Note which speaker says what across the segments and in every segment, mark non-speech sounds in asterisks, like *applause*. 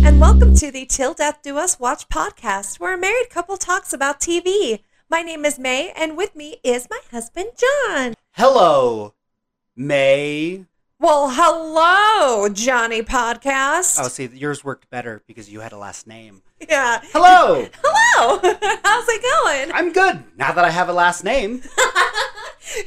Speaker 1: to the Till Death Do Us Watch podcast, where a married couple talks about TV. My name is May, and with me is my husband, John.
Speaker 2: Hello, May.
Speaker 1: Well, hello, Johnny Podcast.
Speaker 2: Oh, see, yours worked better because you had a last name.
Speaker 1: Yeah. *laughs*
Speaker 2: Hello,
Speaker 1: Hello. How's it going?
Speaker 2: I'm good now that I have a last name.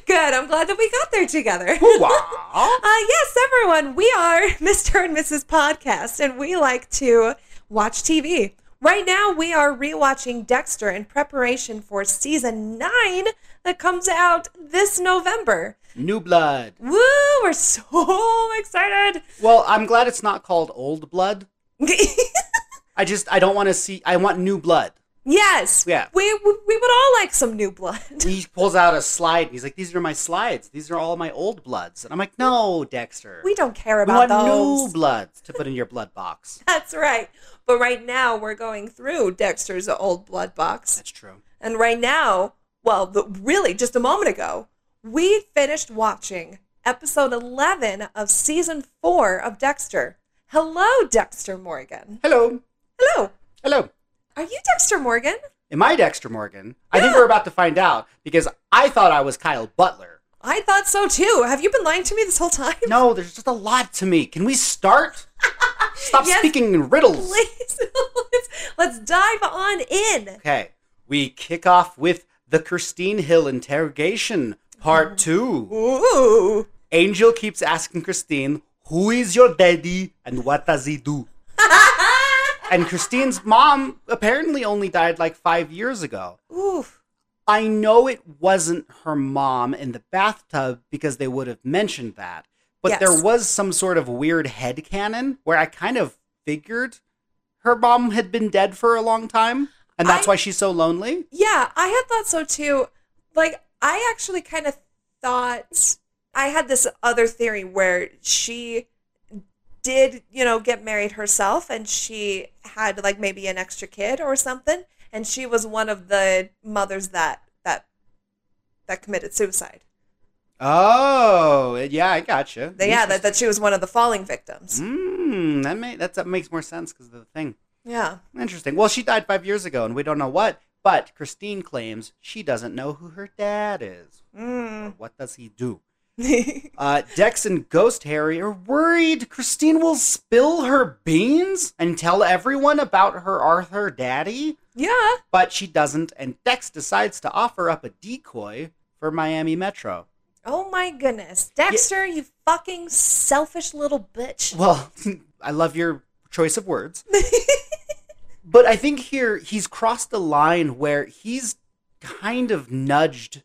Speaker 1: Good. I'm glad that we got there together.
Speaker 2: Hoo-wah.
Speaker 1: Uh, yes, everyone, we are *laughs* Mr. and Mrs. Podcast, and we like to watch TV. Right now, we are rewatching Dexter in preparation for season nine that comes out this November.
Speaker 2: New blood.
Speaker 1: Woo! We're so *laughs* excited.
Speaker 2: Well, I'm glad it's not called old blood. I just I don't want to see. I want new blood.
Speaker 1: yes.
Speaker 2: Yeah.
Speaker 1: We, we we would all like some new blood. *laughs*
Speaker 2: He pulls out a slide. and He's like, "These are my slides. These are all my old bloods." And I'm like, "No, Dexter.
Speaker 1: We don't care
Speaker 2: We
Speaker 1: about
Speaker 2: want
Speaker 1: those. *laughs*
Speaker 2: new bloods to put in your blood box."
Speaker 1: That's right. But right now, we're going through Dexter's old blood box.
Speaker 2: That's true.
Speaker 1: And right now, well, the, really just a moment ago, we finished watching episode 11 of season 4 of Dexter. Hello, Dexter Morgan.
Speaker 2: Hello,
Speaker 1: Hello.
Speaker 2: hello.
Speaker 1: Are you Dexter Morgan?
Speaker 2: Am I Dexter Morgan? I think we're about to find out because I thought I was Kyle Butler.
Speaker 1: I thought so too. Have you been lying to me this whole time?
Speaker 2: No, there's just a lot to me. Can we start? Stop
Speaker 1: Yes.
Speaker 2: speaking in
Speaker 1: *laughs*
Speaker 2: riddles.
Speaker 1: Please, let's, let's dive on in.
Speaker 2: Okay, we kick off with the Christine Hill interrogation, part two.
Speaker 1: Ooh. *laughs*
Speaker 2: Angel keeps asking Christine, Who is your daddy and what does he do? and Christine's mom apparently only died like five years ago.
Speaker 1: Ooh.
Speaker 2: I know it wasn't her mom in the bathtub because they would have mentioned that. But
Speaker 1: Yes.
Speaker 2: there was some sort of weird headcanon where I kind of figured her mom had been dead for a long time. And that's
Speaker 1: I-
Speaker 2: why she's so lonely.
Speaker 1: Yeah, I had thought so too. Like, I actually kind of thought I had this other theory where she did, you know, get married herself and she had like maybe an extra kid or something and she was one of the mothers that that that committed suicide.
Speaker 2: Oh, yeah, I gotcha.
Speaker 1: That- yeah, that, that she was one of the falling victims.
Speaker 2: Mm, that, may, that's, that makes more sense because of the thing.
Speaker 1: Yeah. *laughs*
Speaker 2: Interesting. Well, she died five years ago and we don't know what. But Christine claims she doesn't know who her dad is.
Speaker 1: Mm.
Speaker 2: Or what does he do? Uh, Dex and Ghost Harry are worried Christine will spill her beans and tell everyone about her Arthur daddy,
Speaker 1: yeah.
Speaker 2: but she doesn't, and Dex decides to offer up a decoy for Miami Metro.
Speaker 1: Oh my goodness. Dexter, you fucking selfish little bitch. *laughs*
Speaker 2: Well, *laughs* I love your choice of words. but I think here he's crossed the line where he's kind of nudged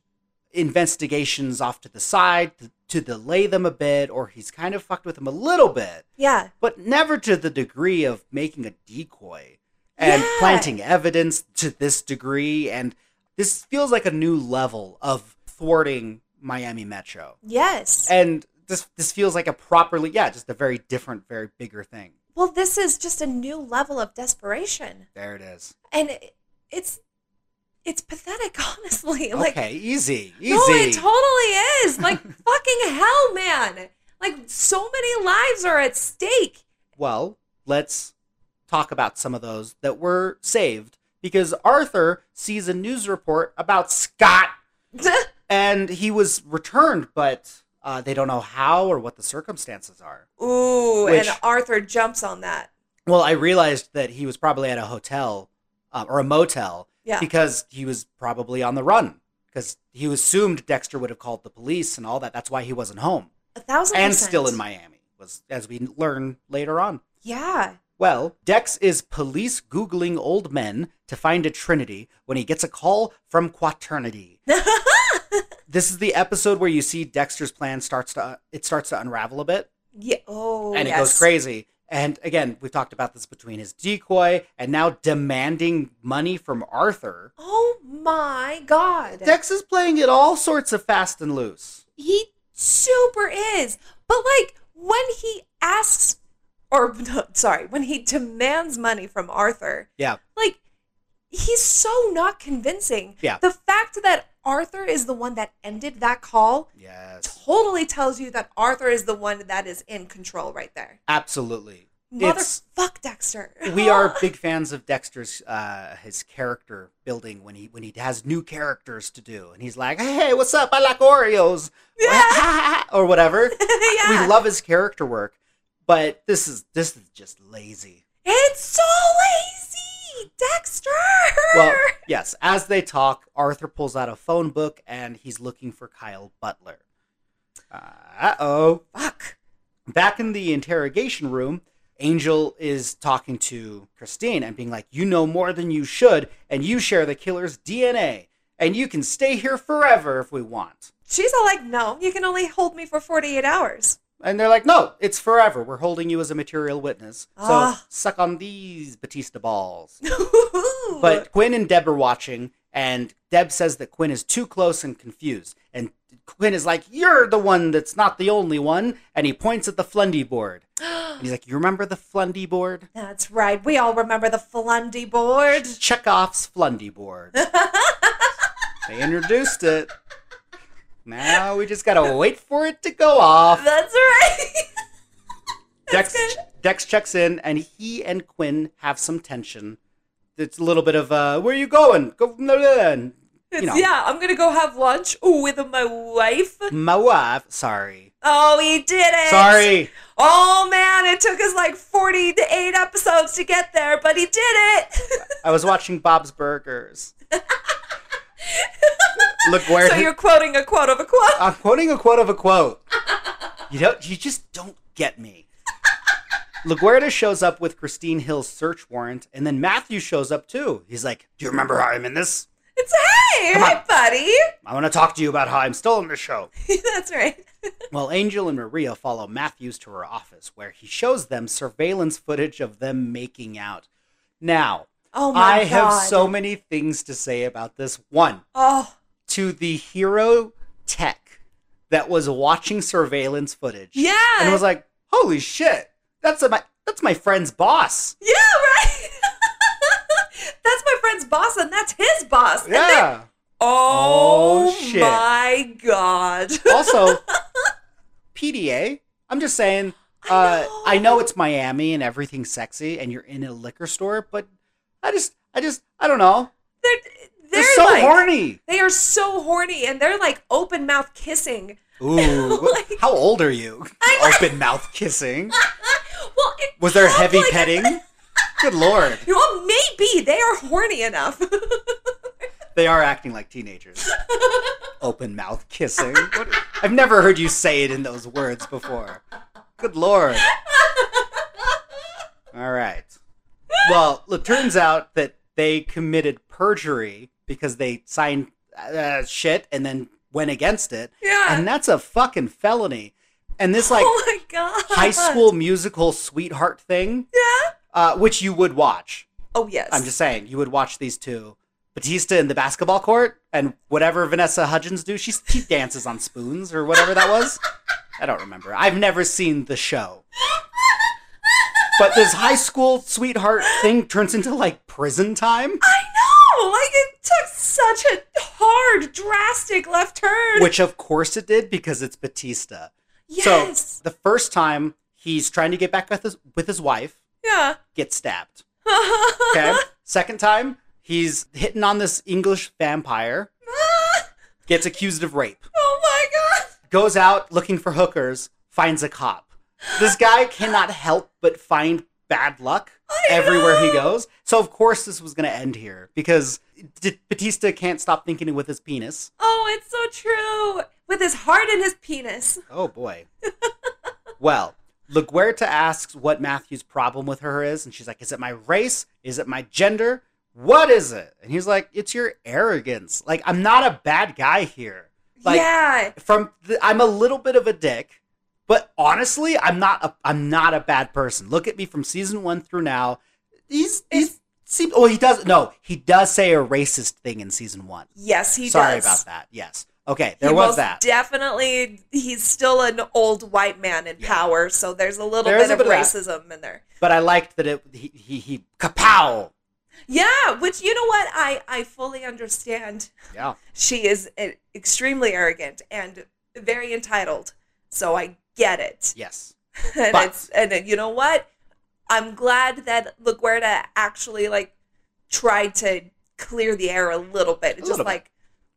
Speaker 2: investigations off to the side to, to delay them a bit, or he's kind of fucked with them a little bit.
Speaker 1: Yeah.
Speaker 2: but never to the degree of making a decoy and
Speaker 1: Yeah.
Speaker 2: planting evidence to this degree. And this feels like a new level of thwarting Miami Metro.
Speaker 1: Yes.
Speaker 2: And this this feels like a properly, yeah, just a very different, very bigger thing.
Speaker 1: Well, this is just a new level of desperation,
Speaker 2: There it is.
Speaker 1: and it, it's it's pathetic, *laughs* honestly. Like,
Speaker 2: okay, easy, easy.
Speaker 1: no, it totally is.
Speaker 2: *laughs*
Speaker 1: Like, fucking hell, man! Like, so many lives are at stake. *laughs*
Speaker 2: well, let's talk about some of those that were saved because Arthur sees a news report about Scott and he was returned, but uh, they don't know how or what the circumstances are.
Speaker 1: Ooh,
Speaker 2: Which-
Speaker 1: and Arthur jumps on that.
Speaker 2: Well, I realized that he was probably at a hotel uh, or a motel
Speaker 1: Yeah.
Speaker 2: because he was probably on the run because he assumed Dexter would have called the police and all that. That's why he wasn't home
Speaker 1: A thousand
Speaker 2: and
Speaker 1: percent.
Speaker 2: still in Miami, was as we learn later on.
Speaker 1: Yeah. *laughs*
Speaker 2: Well, Dex is police googling old men to find a trinity when he gets a call from Quaternity. this is the episode where you see Dexter's plan starts to uh, it starts to unravel a bit
Speaker 1: Yeah. Oh.
Speaker 2: and it
Speaker 1: yes.
Speaker 2: goes crazy. And again, we've talked about this between his decoy and now demanding money from Arthur.
Speaker 1: Oh my god.
Speaker 2: Dex is playing it all sorts of fast and loose.
Speaker 1: He super is. But like when he asks or *laughs* no, sorry, when he demands money from Arthur,
Speaker 2: Yeah.
Speaker 1: like he's so not convincing.
Speaker 2: Yeah.
Speaker 1: The fact that Arthur is the one that ended that call
Speaker 2: Yes.
Speaker 1: totally tells you that Arthur is the one that is in control right there.
Speaker 2: Absolutely. It's-
Speaker 1: Motherfuck Dexter. *laughs*
Speaker 2: we are big fans of Dexter's uh, his character building when he when he has new characters to do, and he's like, "Hey, what's up? I like Oreos," *laughs* or,
Speaker 1: *laughs*
Speaker 2: or whatever.
Speaker 1: yeah.
Speaker 2: We love his character work, but this is this is just lazy.
Speaker 1: it's so lazy, Dexter. *laughs*
Speaker 2: Well, yes. As they talk, Arthur pulls out a phone book and he's looking for Kyle Butler. Uh oh.
Speaker 1: fuck.
Speaker 2: back in the interrogation room, Angel is talking to Christine and being like, You know more than you should, and you share the killer's DNA, and you can stay here forever if we want.
Speaker 1: She's all like, no, you can only hold me for 48 hours.
Speaker 2: And they're like, No, it's forever. We're holding you as a material witness. So
Speaker 1: Ah.
Speaker 2: suck on these Batista balls. But Quinn and Deb are watching, and Deb says that Quinn is too close and confused. And Quinn is like, You're the one that's not the only one. And he points at the Flundy
Speaker 1: *gasps*
Speaker 2: board. And he's like, You remember the Flundy board?
Speaker 1: That's right. We all remember the Flundy board.
Speaker 2: Chekhov's Flundy
Speaker 1: *laughs*
Speaker 2: board. they introduced it. Now we just gotta wait for it to go off.
Speaker 1: That's right.
Speaker 2: Dex, Dex checks in, and he and Quinn have some tension. It's a little bit of uh, "Where you going?" Go, blah, blah," and, you
Speaker 1: It's-
Speaker 2: know,
Speaker 1: Yeah, I'm gonna go have lunch with my wife.
Speaker 2: my wife. Sorry,
Speaker 1: Oh, he did it.
Speaker 2: *laughs* sorry.
Speaker 1: Oh man, it took us like 48 episodes to get there, but he did
Speaker 2: *laughs*
Speaker 1: it.
Speaker 2: I was watching
Speaker 1: *laughs*
Speaker 2: Bob's Burgers. Look where
Speaker 1: so you're quoting a quote of a quote.
Speaker 2: I'm quoting a quote of a quote. You don't. You just don't get me. LaGuardia shows up with Christine Hill's search warrant, and then Matthew shows up too. He's like, "Do you remember how I'm in this?
Speaker 1: It's hey,
Speaker 2: Come on.
Speaker 1: hey, buddy. *laughs*
Speaker 2: I want to talk to you about how I'm still in the show."
Speaker 1: That's right.
Speaker 2: Well, Angel and Maria follow Matthews to her office, where he shows them surveillance footage of them making out. Now,
Speaker 1: Oh my
Speaker 2: I
Speaker 1: god.
Speaker 2: have so many things to say about this. One,
Speaker 1: Oh,
Speaker 2: to the hero tech that was watching surveillance footage.
Speaker 1: yeah.
Speaker 2: and was like, "Holy shit, that's a, my that's my
Speaker 1: *laughs*
Speaker 2: friend's boss."
Speaker 1: yeah, right. that's my friend's boss and that's his boss. And they're-
Speaker 2: Yeah.
Speaker 1: Oh,
Speaker 2: Oh, shit.
Speaker 1: my god. *laughs*
Speaker 2: also, PDA. I'm just saying.
Speaker 1: I
Speaker 2: Uh, I
Speaker 1: know.
Speaker 2: know it's Miami and everything's sexy, and you're in a liquor store, but I just, I just, I don't know.
Speaker 1: They're,
Speaker 2: They're,
Speaker 1: they're
Speaker 2: so
Speaker 1: like, *laughs*
Speaker 2: horny.
Speaker 1: They are so horny and they're like open mouth kissing. *laughs*
Speaker 2: Ooh, what-
Speaker 1: Like-
Speaker 2: how old are you?
Speaker 1: I
Speaker 2: Open mouth kissing.
Speaker 1: well, it
Speaker 2: Was there
Speaker 1: felt
Speaker 2: heavy
Speaker 1: like- *laughs*
Speaker 2: petting? Good lord,
Speaker 1: Well, maybe they are horny
Speaker 2: *laughs*
Speaker 1: enough. *laughs*
Speaker 2: they are acting like teenagers. Open mouth kissing. What? I've never heard you say it in those words before. Good lord. All right. Well, it turns out that they committed perjury because they signed uh, shit and then went against it,
Speaker 1: yeah.
Speaker 2: and that's a fucking felony. And this like
Speaker 1: oh my god.
Speaker 2: high school musical sweetheart thing,
Speaker 1: Yeah.
Speaker 2: uh, which you would watch.
Speaker 1: Oh yes.
Speaker 2: I'm just saying, you would watch these two. Batista in the basketball court and whatever Vanessa Hudgens do, she, she dances on spoons or whatever that was. I don't remember. I've never seen the show. But this high school sweetheart thing turns into like prison time,
Speaker 1: I know. Like it took such a hard, drastic left turn.
Speaker 2: which of course it did because it's Batista.
Speaker 1: yes.
Speaker 2: So the first time he's trying to get back with his, with his wife,
Speaker 1: yeah. *laughs*
Speaker 2: gets stabbed. Okay. Second time, he's hitting on this English vampire, gets accused of rape.
Speaker 1: oh my god.
Speaker 2: goes out looking for hookers, finds a cop. This guy cannot help but find bad luck everywhere he goes. So of course this was going to end here because D- Batista can't stop thinking with his penis.
Speaker 1: Oh, it's so true. With his heart and his penis.
Speaker 2: Oh boy. *laughs* well, LaGuerta asks what Matthew's problem with her is, and she's like, "Is it my race? Is it my gender? What is it?" And he's like, "It's your arrogance. Like I'm not a bad guy here. Like
Speaker 1: yeah.
Speaker 2: from the, I'm a little bit of a dick, but honestly, I'm not a I'm not a bad person. Look at me from season one through now. He's he's seems oh he does no he does say a racist thing in season one.
Speaker 1: Yes, he
Speaker 2: Sorry
Speaker 1: does.
Speaker 2: about that. Yes. Okay, there
Speaker 1: he
Speaker 2: was
Speaker 1: most
Speaker 2: that.
Speaker 1: Definitely, he's still an old white man in
Speaker 2: Yeah.
Speaker 1: power, so there's a little
Speaker 2: There is
Speaker 1: bit
Speaker 2: a
Speaker 1: of
Speaker 2: bit of that.
Speaker 1: racism in there.
Speaker 2: but I liked that it he he, he kapow.
Speaker 1: Yeah, which you know what I I fully understand.
Speaker 2: Yeah.
Speaker 1: She is uh, extremely arrogant and very entitled, so I get it. *laughs*
Speaker 2: Yes.
Speaker 1: And
Speaker 2: But-
Speaker 1: it's and uh, you know what? I'm glad that LaGuardia actually like tried to clear the air a little bit. It's
Speaker 2: little
Speaker 1: just
Speaker 2: bit.
Speaker 1: like,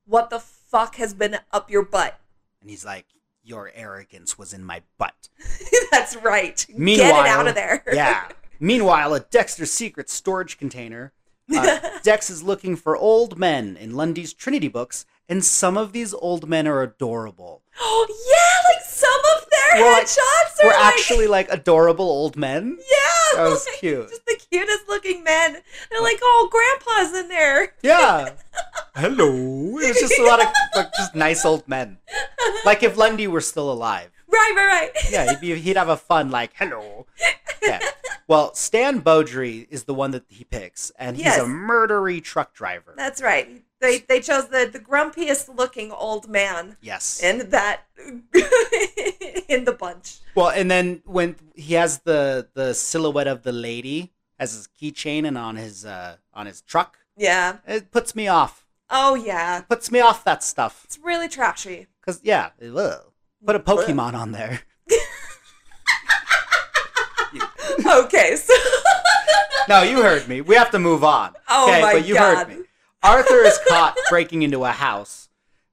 Speaker 1: what the fuck has been up your butt?
Speaker 2: And he's like, Your arrogance was in my butt.
Speaker 1: *laughs* That's right.
Speaker 2: Meanwhile,
Speaker 1: Get it out of there.
Speaker 2: *laughs* yeah. Meanwhile, at Dexter's secret storage container,
Speaker 1: *laughs*
Speaker 2: uh, Dex is looking for old men in Lundy's Trinity books, and some of these old men are adorable.
Speaker 1: Oh *gasps* yeah, like some of their
Speaker 2: We're like-
Speaker 1: headshots
Speaker 2: We're
Speaker 1: are like,
Speaker 2: actually like adorable old men.
Speaker 1: *laughs* yeah,
Speaker 2: That was
Speaker 1: like,
Speaker 2: cute.
Speaker 1: Just the cutest looking men. They're like, oh, grandpa's in there. *laughs*
Speaker 2: Yeah. Hello. It was just a lot of like, just nice old men. Like if Lundy were still alive.
Speaker 1: Right, right, *laughs* right.
Speaker 2: Yeah, he'd, be, he'd have a fun like hello. Yeah. Well, Stan Beaudry is the one that he picks, and he's
Speaker 1: Yes.
Speaker 2: a murdery truck driver.
Speaker 1: That's right. They they chose the the grumpiest looking old man
Speaker 2: yes.
Speaker 1: in that *laughs* in the bunch.
Speaker 2: Well, and then when he has the the silhouette of the lady as his keychain and on his uh on his truck,
Speaker 1: Yeah.
Speaker 2: it puts me off.
Speaker 1: Oh yeah.
Speaker 2: Puts me off that stuff.
Speaker 1: It's really trashy. *laughs*
Speaker 2: Cause yeah, ugh. put a Pokemon on there. *laughs*
Speaker 1: Okay, so *laughs*
Speaker 2: No, you heard me. We have to move on.
Speaker 1: Oh my
Speaker 2: but you
Speaker 1: God.
Speaker 2: heard me. Arthur is caught *laughs* breaking into a house,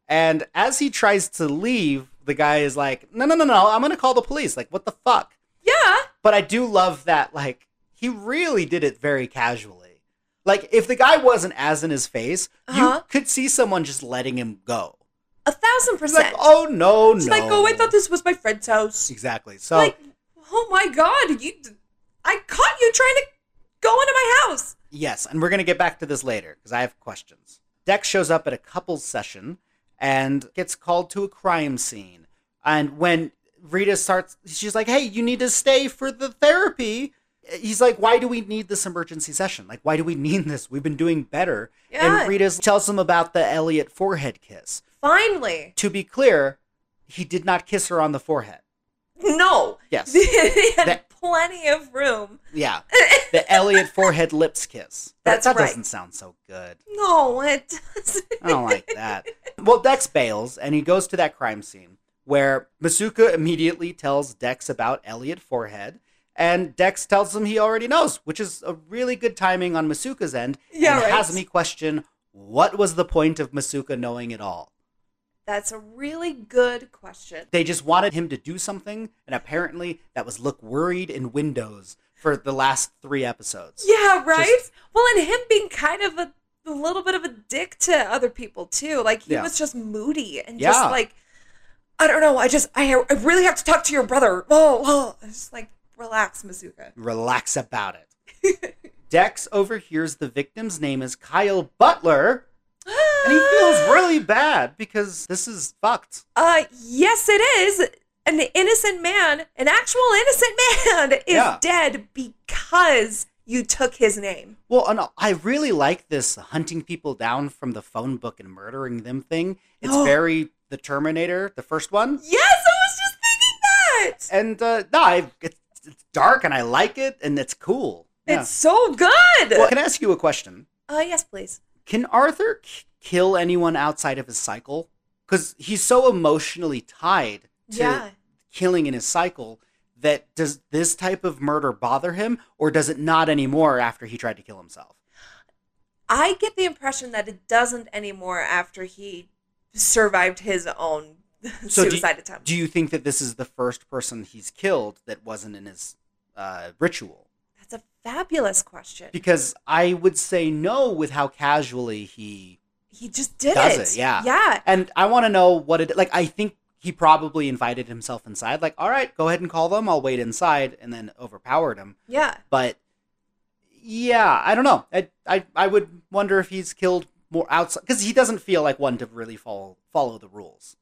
Speaker 2: and as he tries to leave, the guy is like, "No, no, no, no! I'm gonna call the police." Like, what the fuck?
Speaker 1: yeah.
Speaker 2: But I do love that. Like, he really did it very casually. Like, if the guy wasn't as in his face,
Speaker 1: Uh-huh.
Speaker 2: you could see someone just letting him go.
Speaker 1: A thousand
Speaker 2: He's like,
Speaker 1: percent.
Speaker 2: "Oh no,
Speaker 1: She's
Speaker 2: no!"
Speaker 1: like, oh, I thought this was my friend's house.
Speaker 2: exactly. So
Speaker 1: Like, oh my god, you! I caught you trying to go into my house.
Speaker 2: Yes, and we're going to get back to this later because I have questions. Dex shows up at a couple's session and gets called to a crime scene. And when Rita starts, she's like, hey, you need to stay for the therapy. He's like, why do we need this emergency session? Like, why do we *laughs* need this? We've been doing better.
Speaker 1: Yeah.
Speaker 2: And Rita tells him about the Elliot forehead kiss.
Speaker 1: Finally,
Speaker 2: To be clear, he did not kiss her on the forehead.
Speaker 1: no. *laughs*
Speaker 2: Yes.
Speaker 1: They had
Speaker 2: That-
Speaker 1: plenty of room.
Speaker 2: Yeah.
Speaker 1: *laughs*
Speaker 2: the Elliot forehead lips kiss. That-
Speaker 1: That's
Speaker 2: that
Speaker 1: right.
Speaker 2: doesn't sound so good.
Speaker 1: No, it doesn't.
Speaker 2: I don't like that. Well, Dex bails and he goes to that crime scene where Masuka immediately tells Dex about Elliot Forehead, and Dex tells him he already knows, which is a really good timing on Masuka's end.
Speaker 1: Yeah,
Speaker 2: and
Speaker 1: right.
Speaker 2: has me question what was the point of Masuka knowing it all?
Speaker 1: That's a really good question.
Speaker 2: They just wanted him to do something, and apparently that was look worried in Windows for the last three episodes.
Speaker 1: Yeah, right? well, and him being kind of a, a little bit of a dick to other people, too. Like, he
Speaker 2: Yeah.
Speaker 1: was just moody and
Speaker 2: Yeah.
Speaker 1: just like, I don't know. I just, I, I really have to talk to your brother. Whoa, whoa. It's Just like, relax, Mizuka.
Speaker 2: Relax about it. *laughs* Dex overhears the victim's name is Kyle Butler. And he feels really bad because this is fucked.
Speaker 1: Uh, yes, it is. An innocent man, an actual innocent man, *laughs* is
Speaker 2: Yeah.
Speaker 1: dead because you took his name.
Speaker 2: Well, and I really like this hunting people down from the phone book and murdering them thing. It's *gasps*
Speaker 1: Oh.
Speaker 2: very the Terminator, the first one.
Speaker 1: Yes, I was just thinking that.
Speaker 2: And uh, no, I, it's, it's dark and I like it and it's cool. Yeah.
Speaker 1: It's so good.
Speaker 2: well, can I ask you a question?
Speaker 1: uh, yes, please.
Speaker 2: Can Arthur k- kill anyone outside of his cycle? Because he's so emotionally tied to
Speaker 1: yeah.
Speaker 2: killing in his cycle that does this type of murder bother him or does it not anymore after he tried to kill himself?
Speaker 1: I get the impression that it doesn't anymore after he survived his own
Speaker 2: do you-
Speaker 1: suicide attempt.
Speaker 2: Do you think that this is the first person he's killed that wasn't in his uh, ritual?
Speaker 1: That's a fabulous question.
Speaker 2: Because I would say no with how casually he.
Speaker 1: He just did
Speaker 2: Does
Speaker 1: it.
Speaker 2: it, yeah.
Speaker 1: Yeah.
Speaker 2: And I want to know what it. Like, I think he probably invited himself inside. Like, all right, go ahead and call them. I'll wait inside and then overpowered him.
Speaker 1: Yeah.
Speaker 2: But yeah, I don't know. I, I, I would wonder if he's killed more outside. Because he doesn't feel like one to really follow, follow the rules.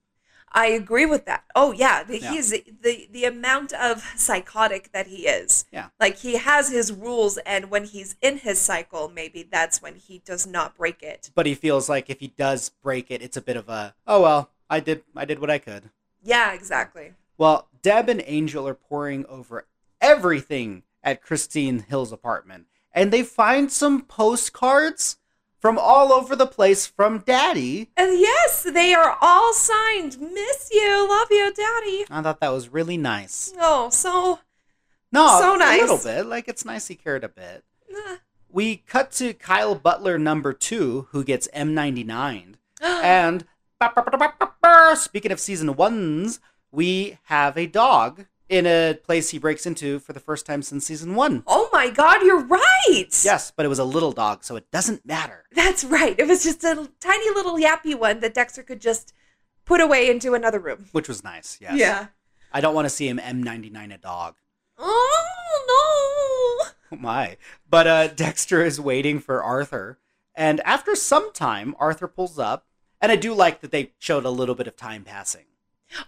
Speaker 1: I agree with that. Oh yeah, the,
Speaker 2: Yeah.
Speaker 1: he is the the amount of psychotic that he is.
Speaker 2: Yeah.
Speaker 1: Like he has his rules and when he's in his cycle, maybe that's when he does not break it.
Speaker 2: But he feels like if he does break it, it's a bit of a, oh, well, I did, I did what I could.
Speaker 1: Yeah, exactly.
Speaker 2: Well, Deb and Angel are pouring over everything at Christine Hill's apartment, and they find some postcards from all over the place from Daddy.
Speaker 1: And yes, they are all signed. Miss you, love you, daddy.
Speaker 2: I thought that was really nice.
Speaker 1: Oh, so
Speaker 2: No,
Speaker 1: So nice.
Speaker 2: a little bit. Like it's nice he cared a bit.
Speaker 1: Nah.
Speaker 2: We cut to Kyle Butler number two, who gets M99. And speaking of season ones, we have a dog in a place he breaks into for the first time since season one.
Speaker 1: *gasps* oh my God, you're right.
Speaker 2: Yes, but it was a little dog, so it doesn't matter.
Speaker 1: That's right. It was just a tiny little yappy one that Dexter could just put away into another room.
Speaker 2: Which was nice. Yes.
Speaker 1: Yeah.
Speaker 2: I don't want to see him M99 a dog. *laughs*
Speaker 1: Oh no.
Speaker 2: Oh my. But uh, Dexter is waiting for Arthur. And after some time, Arthur pulls up. And I do like that they showed a little bit of time passing.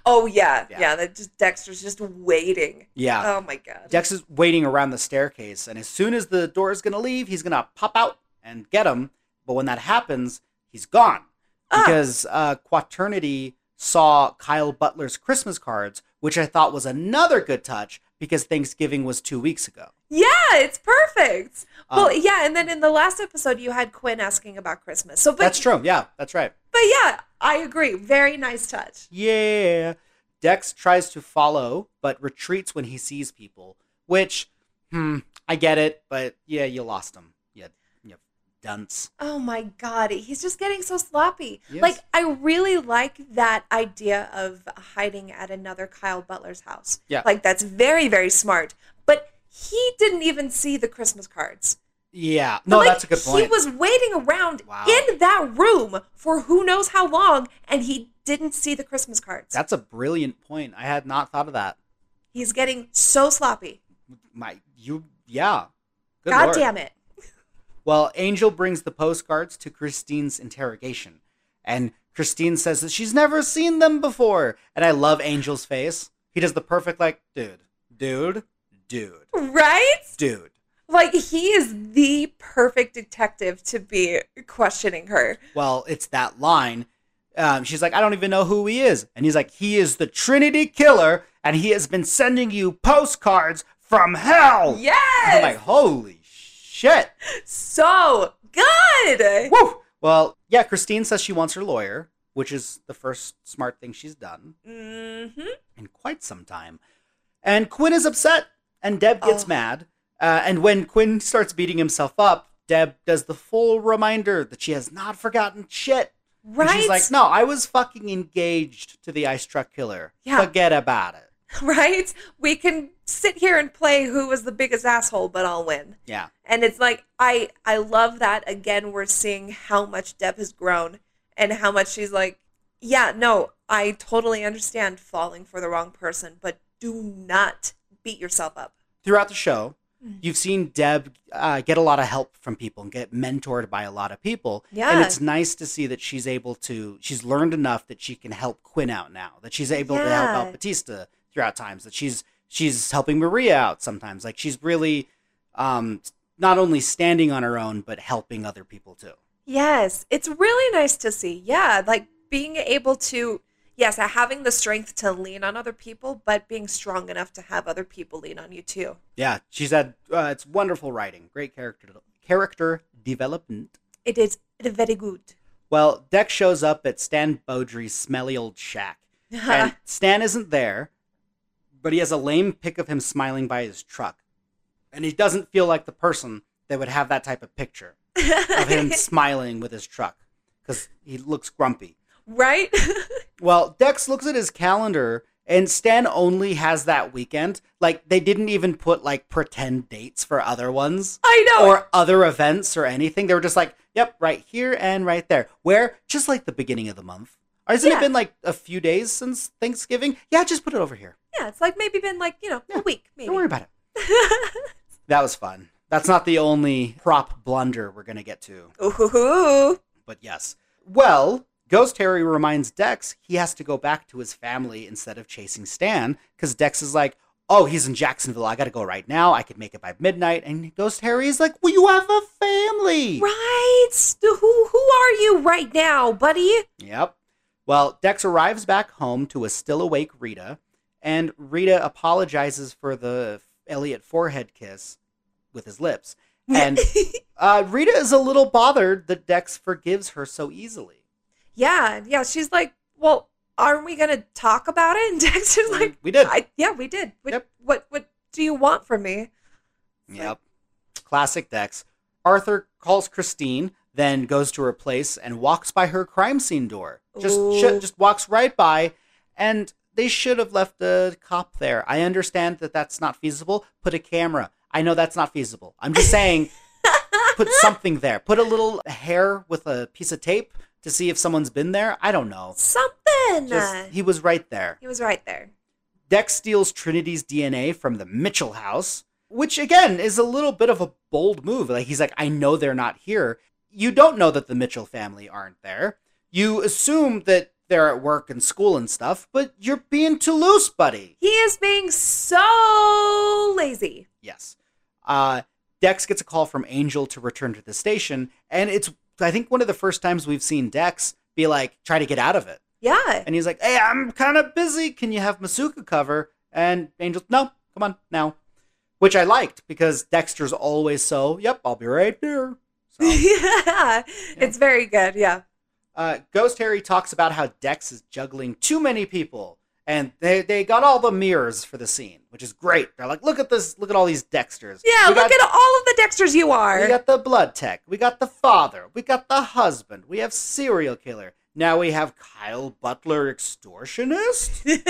Speaker 1: Oh yeah,
Speaker 2: Yeah.
Speaker 1: yeah. that just Dexter's just waiting.
Speaker 2: Yeah.
Speaker 1: Oh my god.
Speaker 2: Dex is waiting around the staircase. And as soon as the door is going to leave, he's going to pop out and get him. But when that happens, he's gone.
Speaker 1: Ah.
Speaker 2: Because uh, Quaternity saw Kyle Butler's Christmas cards, which I thought was another good touch because Thanksgiving was two weeks ago.
Speaker 1: yeah, it's perfect.
Speaker 2: Um,
Speaker 1: well, yeah, and then in the last episode you had Quinn asking about Christmas. So but
Speaker 2: that's true. Yeah, that's right.
Speaker 1: but yeah, I agree. Very nice touch.
Speaker 2: Yeah. Dex tries to follow, but retreats when he sees people, which, hmm, I get it, but yeah, you lost him. You, you dunce.
Speaker 1: Oh my god, he's just getting so sloppy.
Speaker 2: Yes.
Speaker 1: Like I really like that idea of hiding at another Kyle Butler's house.
Speaker 2: Yeah.
Speaker 1: Like that's very very smart. But he didn't even see the Christmas cards.
Speaker 2: Yeah. No,
Speaker 1: Like,
Speaker 2: that's a good point.
Speaker 1: He was waiting around
Speaker 2: Wow.
Speaker 1: in that room for who knows how long and he didn't see the Christmas cards.
Speaker 2: that's a brilliant point. I had not thought of that.
Speaker 1: He's getting so sloppy.
Speaker 2: My, you, yeah. Good
Speaker 1: god
Speaker 2: Lord.
Speaker 1: damn it.
Speaker 2: Well, Angel brings the postcards to Christine's interrogation, and Christine says that she's never seen them before. And I love Angel's face. He does the perfect, like, dude, dude, dude,
Speaker 1: Right?
Speaker 2: dude.
Speaker 1: Like he is the perfect detective to be questioning her.
Speaker 2: Well, it's that line. Um, she's like, I don't even know who he is. And he's like, he is the Trinity Killer, and he has been sending you postcards from hell. I'm
Speaker 1: Yes.
Speaker 2: like, holy shit.
Speaker 1: so good.
Speaker 2: Woo! Well, yeah, Christine says she wants her lawyer, which is the first smart thing she's done
Speaker 1: Mhm.
Speaker 2: in quite some time. And Quinn is upset, and Deb gets
Speaker 1: Oh.
Speaker 2: mad. Uh, and when Quinn starts beating himself up, Deb does the full reminder that she has not forgotten shit. And
Speaker 1: Right?
Speaker 2: she's like, no, I was fucking engaged to the ice truck killer.
Speaker 1: Yeah.
Speaker 2: Forget about it.
Speaker 1: *laughs* Right? We can sit here and play who was the biggest asshole, but I'll win.
Speaker 2: Yeah.
Speaker 1: And it's like I I love that again we're seeing how much Deb has grown and how much she's like, yeah, no, I totally understand falling for the wrong person, but do not beat yourself up.
Speaker 2: Throughout the show,
Speaker 1: Mm.
Speaker 2: you've seen Deb uh, get a lot of help from people and get mentored by a lot of people.
Speaker 1: Yeah.
Speaker 2: And it's nice to see that she's able to, she's learned enough that she can help Quinn out now, that she's able to help
Speaker 1: Yeah.
Speaker 2: out Batista throughout times, that she's, she's helping Maria out sometimes. Like she's really um, not only standing on her own, but helping other people too.
Speaker 1: Yes, it's really nice to see. Yeah, like being able to yes, having the strength to lean on other people, but being strong enough to have other people lean on you too.
Speaker 2: Yeah, she's had uh, it's wonderful writing, great character character development.
Speaker 1: It is very good.
Speaker 2: Well, Deck shows up at Stan Beaudry's smelly old shack, and Stan isn't there, but he has a lame pic of him smiling by his truck, and he doesn't feel like the person that would have that type of picture of him smiling with his truck because he looks grumpy.
Speaker 1: *laughs* right? *laughs*
Speaker 2: Well, Dex looks at his calendar and Stan only has that weekend. Like they didn't even put like pretend dates for other ones
Speaker 1: I know.
Speaker 2: or other events or anything. They were just like, yep, right here and right there. Where? Just like the beginning of the month. Hasn't it
Speaker 1: Yeah.
Speaker 2: been like a few days since Thanksgiving? Yeah, just put it over here.
Speaker 1: yeah, it's like maybe been like, you know,
Speaker 2: Yeah,
Speaker 1: a week maybe.
Speaker 2: Don't worry about it.
Speaker 1: *laughs*
Speaker 2: That was fun. That's not the only prop blunder we're going to get to,
Speaker 1: Ooh.
Speaker 2: but yes. Well, Ghost Harry reminds Dex he has to go back to his family instead of chasing Stan because Dex is like, oh, he's in Jacksonville. I got to go right now. I could make it by midnight. And Ghost Harry is like, well, you have a family.
Speaker 1: Right. Who who are you right now, buddy?
Speaker 2: Yep. Well, Dex arrives back home to a still awake Rita, and Rita apologizes for the Elliot forehead kiss with his lips.
Speaker 1: *laughs*
Speaker 2: And uh, Rita is a little bothered that Dex forgives her so easily.
Speaker 1: yeah, yeah. She's like, Well, aren't we gonna talk about it? *laughs* And Dexter's like,
Speaker 2: we did.
Speaker 1: I yeah, we did. What
Speaker 2: Mm. Yep.
Speaker 1: what what do you want from
Speaker 2: *laughs*
Speaker 1: me?
Speaker 2: Yep. Classic Dex. Arthur calls Christine, then goes to her place and walks by her crime scene door. Just
Speaker 1: Ooh.
Speaker 2: sh- just walks right by, and they should have left a cop there. I understand that that's not feasible. Put a camera. I know that's not feasible. I'm just saying, put something there. Put a little hair with a piece of tape to see if someone's been there. I don't know.
Speaker 1: Something.
Speaker 2: Just, he was right there.
Speaker 1: he was right there.
Speaker 2: Dex steals Trinity's DNA from the Mitchell house, which again is a little bit of a bold move. Like he's like, I know they're not here. You don't know that the Mitchell family aren't there. You assume that they're at work and school and stuff, but you're being too loose, buddy.
Speaker 1: He is being so lazy.
Speaker 2: Yes. Uh, Dex gets a call from Angel to return to the station, and it's I think one of the first times we've seen Dex be like, try to get out of it.
Speaker 1: Yeah.
Speaker 2: And he's like, "Hey, I'm kind of busy. Can you have Masuka cover?" And Angel's, "No, come on now," which I liked because Dexter's always so, "Yep, I'll be right there."
Speaker 1: *laughs*
Speaker 2: So,
Speaker 1: yeah. It's very good. Yeah.
Speaker 2: uh, Ghost Harry talks about how Dex is juggling too many people, and they they got all the mirrors for the scene, which is great. They're like, "Look at this! Look at all these Dexters!"
Speaker 1: Yeah.
Speaker 2: We
Speaker 1: look
Speaker 2: got-
Speaker 1: at all of the Dexters you are.
Speaker 2: We got the blood tech. We got the father. We got the husband. We have serial killer. Now we have Kyle Butler extortionist.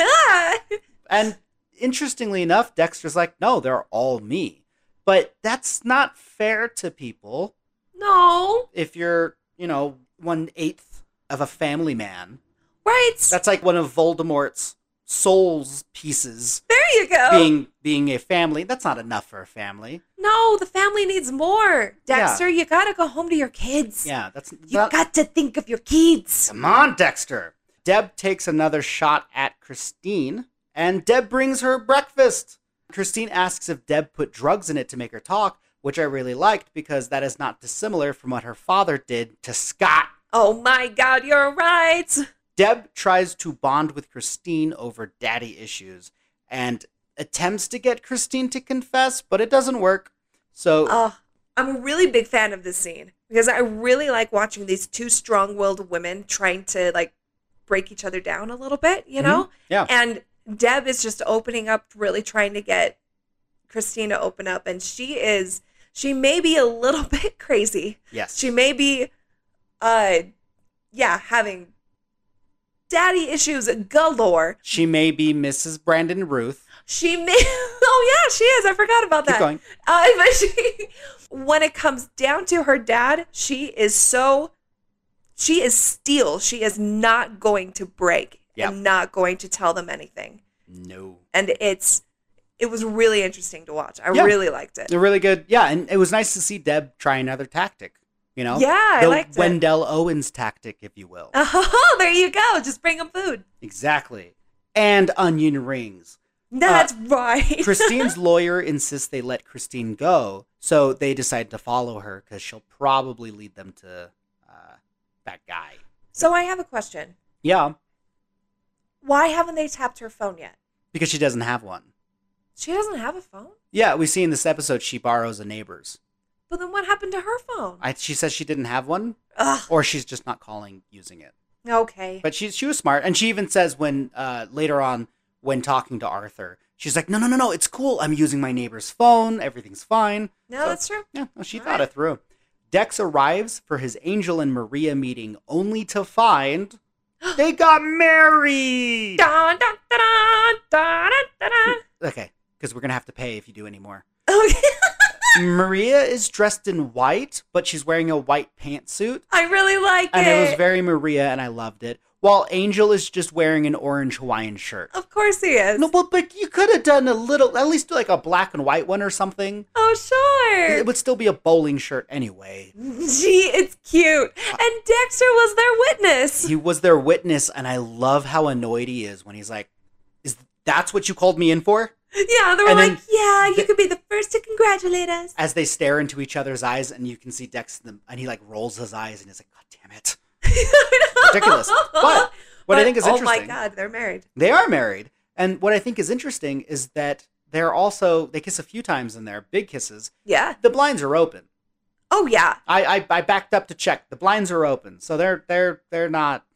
Speaker 2: And interestingly enough, Dexter's like, no, they're all me. But that's not fair to people
Speaker 1: *laughs* no.
Speaker 2: if you're, you know, one eighth of a family man.
Speaker 1: Right.
Speaker 2: That's like one of Voldemort's soul's pieces
Speaker 1: there you go.
Speaker 2: being being a family. That's not enough for a family.
Speaker 1: no, the family needs more.
Speaker 2: Yeah.
Speaker 1: Dexter, you got to go home to your kids.
Speaker 2: Yeah, that's
Speaker 1: You
Speaker 2: not,
Speaker 1: got to think of your kids.
Speaker 2: Come on, Dexter. Deb takes another shot at Christine, and Deb brings her breakfast. Christine asks if Deb put drugs in it to make her talk, which I really liked because that is not dissimilar from what her father did to Scott.
Speaker 1: Oh my God, you're right.
Speaker 2: Deb tries to bond with Christine over daddy issues and attempts to get Christine to confess, but it doesn't work. So,
Speaker 1: Oh, I'm a really big fan of this scene because I really like watching these two strong-willed women trying to like break each other down a little bit, you know?
Speaker 2: Mm-hmm. yeah.
Speaker 1: And Deb is just opening up, really trying to get Christine to open up, and she is she may be a little *laughs* bit crazy.
Speaker 2: Yes.
Speaker 1: She may be uh yeah, having daddy issues galore.
Speaker 2: she may be Mrs. Brandon Ruth.
Speaker 1: She may *laughs* Oh yeah, she is. I forgot about
Speaker 2: Keep
Speaker 1: that.
Speaker 2: going.
Speaker 1: Uh, *laughs* but she, when it comes down to her dad, she is so, she is steel. She is not going to break
Speaker 2: Yeah.
Speaker 1: and not going to tell them anything.
Speaker 2: No.
Speaker 1: And it's, it was really interesting to watch. I
Speaker 2: Yeah.
Speaker 1: really liked it.
Speaker 2: They're really good. Yeah, and it was nice to see Deb try another tactic. You know,
Speaker 1: Yeah, I
Speaker 2: the
Speaker 1: liked it.
Speaker 2: Wendell Owens tactic, if you will.
Speaker 1: *laughs* Oh, there you go. Just bring them food.
Speaker 2: exactly. And onion
Speaker 1: *laughs*
Speaker 2: rings.
Speaker 1: That's
Speaker 2: Uh,
Speaker 1: right.
Speaker 2: Christine's lawyer insists they let Christine go, so they decide to follow her because she'll probably lead them to uh, that guy.
Speaker 1: so I have a question.
Speaker 2: Yeah,
Speaker 1: Why haven't they tapped her phone yet?
Speaker 2: because she doesn't have one.
Speaker 1: She doesn't have a phone.
Speaker 2: Yeah, we see in this episode she borrows a neighbor's.
Speaker 1: But then what happened to her phone?
Speaker 2: I, she says she didn't have one,
Speaker 1: Ugh.
Speaker 2: or she's just not calling using it.
Speaker 1: Okay.
Speaker 2: But she she was smart, and she even says when uh, later on when talking to Arthur, she's like, "No, no, no, no, it's cool. I'm using my neighbor's phone. Everything's fine."
Speaker 1: no,
Speaker 2: So-
Speaker 1: that's
Speaker 2: *laughs*
Speaker 1: true.
Speaker 2: Yeah, no, she
Speaker 1: All
Speaker 2: thought
Speaker 1: right.
Speaker 2: it through. Dex arrives for his Angel and Maria meeting, only
Speaker 1: *gasps*
Speaker 2: to find they got married.
Speaker 1: Dun, dun, dun, dun, dun, dun, dun.
Speaker 2: Okay, because we're gonna have to pay if you do
Speaker 1: *gasps*
Speaker 2: any more.
Speaker 1: Okay.
Speaker 2: Maria is dressed in white, but she's wearing a white pantsuit,
Speaker 1: I really like
Speaker 2: and
Speaker 1: it.
Speaker 2: it was very Maria, and I loved it. While Angel is just wearing an orange Hawaiian shirt.
Speaker 1: of course he is.
Speaker 2: No, but but you could have done a little, at least do like a black and white one or something.
Speaker 1: Oh, sure.
Speaker 2: It would still be a bowling shirt anyway.
Speaker 1: Gee, it's cute. And Dexter was their witness.
Speaker 2: He was their witness, and I love how annoyed he is when he's like, "Is that's what you called me in for?"
Speaker 1: Yeah, they were
Speaker 2: And then
Speaker 1: like, yeah, you
Speaker 2: the-
Speaker 1: could be the first to congratulate us. *laughs*
Speaker 2: As they stare into each other's eyes, and you can see Dex in them, and he like rolls his eyes, and he's like, "God damn it,
Speaker 1: *laughs*
Speaker 2: ridiculous." But what I think is
Speaker 1: oh my
Speaker 2: interesting,
Speaker 1: God, they're married.
Speaker 2: they are married, and what I think is interesting is that they're also they kiss a few times in there, big kisses.
Speaker 1: Yeah.
Speaker 2: The blinds are open.
Speaker 1: Oh, yeah.
Speaker 2: I, I I backed up to check. The blinds are open, so they're they're they're not.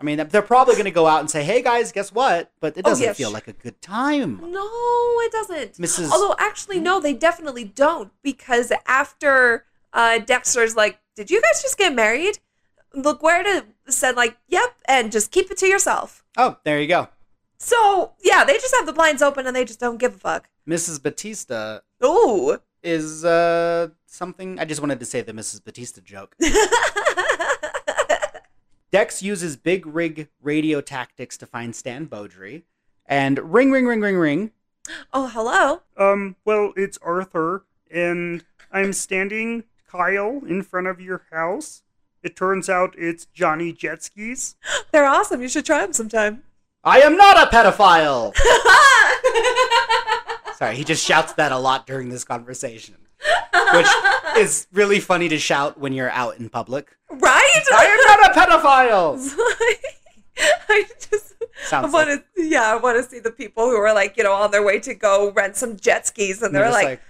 Speaker 2: I mean, they're probably going to go out and say, "Hey guys, guess what?" But it
Speaker 1: Oh,
Speaker 2: doesn't
Speaker 1: yeah,
Speaker 2: feel
Speaker 1: sh-
Speaker 2: like a good time.
Speaker 1: No, it doesn't.
Speaker 2: Mrs.
Speaker 1: Although, actually, no, they definitely don't because after uh, Dexter's like, "Did you guys just get married?" LaGuardia said like, "Yep," and just keep it to yourself.
Speaker 2: Oh, there you go.
Speaker 1: So yeah, they just have the blinds open and they just don't give a fuck.
Speaker 2: Mrs. Batista
Speaker 1: Ooh.
Speaker 2: is uh something I just wanted to say the Mrs. Batista joke. Dex uses big rig radio tactics to find Stan Beaudry and ring ring ring ring ring.
Speaker 1: *laughs* oh, hello.
Speaker 3: Um, well, it's Arthur, and I'm standing, Kyle, in front of your house. It turns out it's Johnny Jetskis.
Speaker 1: They're awesome. You should try them sometime. *laughs*
Speaker 2: I am not a pedophile. *laughs* Sorry, he just shouts that a lot during this conversation. Which is really funny to shout when you're out in public. I
Speaker 1: right?
Speaker 2: am not
Speaker 1: *laughs*
Speaker 2: a pedophile.
Speaker 1: I just I
Speaker 2: Sounds
Speaker 1: want
Speaker 2: like
Speaker 1: to, yeah, I want to see the people who are like, you know, on their way to go rent some jet skis, and
Speaker 2: and they're
Speaker 1: they're
Speaker 2: just
Speaker 1: like,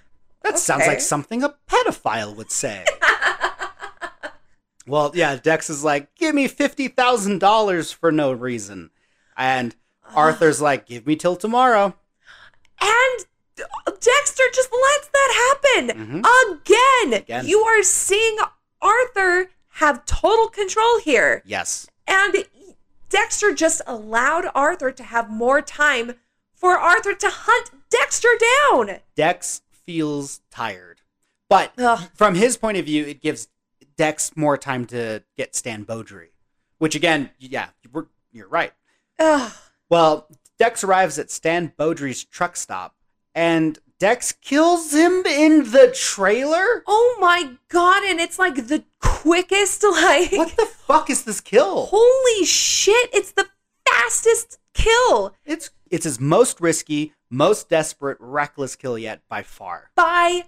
Speaker 2: that sounds
Speaker 1: okay.
Speaker 2: like something a pedophile
Speaker 1: *laughs*
Speaker 2: would say. well, yeah, Dex is like, give me fifty thousand dollars for no reason, and
Speaker 1: *sighs*
Speaker 2: Arthur's like, give me till tomorrow.
Speaker 1: and Dexter just lets that happen
Speaker 2: Mhm.
Speaker 1: again.
Speaker 2: Again.
Speaker 1: You are seeing Arthur have total control here,
Speaker 2: Yes,
Speaker 1: and Dexter just allowed Arthur to have more time for Arthur to hunt Dexter down.
Speaker 2: Dex feels tired, but
Speaker 1: Ugh.
Speaker 2: from his point of view, it gives Dex more time to get Stan Beaudry, which again, yeah, you're- you're right.
Speaker 1: Ugh.
Speaker 2: Well, Dex arrives at Stan Beaudry's truck stop, and Dex kills him in the trailer.
Speaker 1: Oh my god! And it's like the quickest, *laughs* like
Speaker 2: What the fuck is this kill?
Speaker 1: holy shit! It's the fastest kill.
Speaker 2: It's it's his most risky, most desperate, reckless kill yet by far.
Speaker 1: by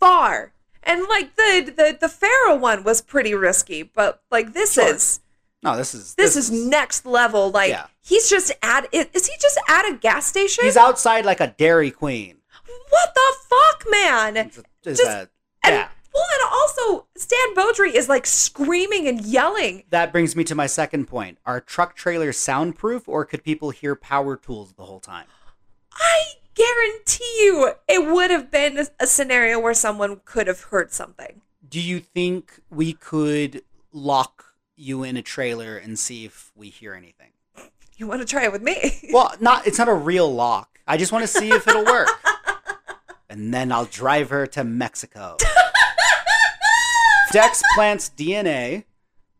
Speaker 1: far. And like the the the Pharaoh one was pretty risky, but like this
Speaker 2: Sure.
Speaker 1: is
Speaker 2: No, this is
Speaker 1: this, is, next level. Like
Speaker 2: Yeah.
Speaker 1: he's just at i- is he just at a gas station?
Speaker 2: He's outside like a Dairy Queen.
Speaker 1: what the fuck, man?
Speaker 2: It's a- it's
Speaker 1: Just-
Speaker 2: a-
Speaker 1: And,
Speaker 2: yeah.
Speaker 1: Well, and also Stan Beaudry is like screaming and yelling.
Speaker 2: That brings me to my second point. Are truck trailers soundproof or could people hear power tools the whole time?
Speaker 1: I guarantee you, it would have been a- a scenario where someone could have heard something.
Speaker 2: Do you think we could lock you in a trailer and see if we hear anything?
Speaker 1: You want to try it with me? *laughs*
Speaker 2: Well, not it's not a real lock. I just want to see if it'll work. and then I'll drive her to Mexico. *laughs* Dex plants DNA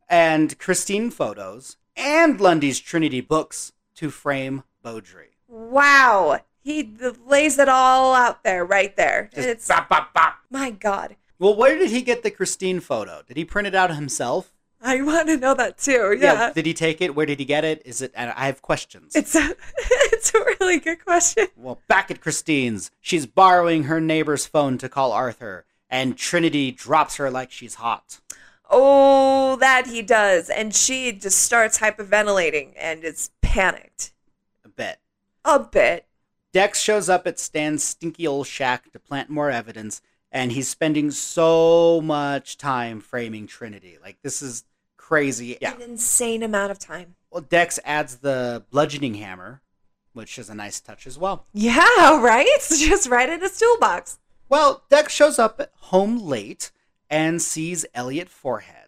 Speaker 2: and Christine photos and Lundy's Trinity books to frame Beaudry.
Speaker 1: Wow. He d- lays it all out there, right there. And it's
Speaker 2: Bop, bop, bop.
Speaker 1: my God.
Speaker 2: Well, where did he get the Christine photo? Did he print it out himself?
Speaker 1: I want to know that too. Yeah.
Speaker 2: Did he take it? Where did he get it? Is it? And I have questions.
Speaker 1: It's a *laughs* it's a really good question.
Speaker 2: Well, back at Christine's, she's borrowing her neighbor's phone to call Arthur, and Trinity drops her like she's hot.
Speaker 1: Oh, that he does. And she just starts hyperventilating and is panicked.
Speaker 2: A bit.
Speaker 1: A bit.
Speaker 2: Dex shows up at Stan's stinky old shack to plant more evidence, and he's spending so much time framing Trinity. Like, this is crazy. Yeah.
Speaker 1: An insane amount of time.
Speaker 2: Well, Dex adds the bludgeoning hammer, which is a nice touch as well.
Speaker 1: Yeah, *laughs* right? It's just right in his toolbox.
Speaker 2: Well, Dex shows up at home late and sees Elliot forehead.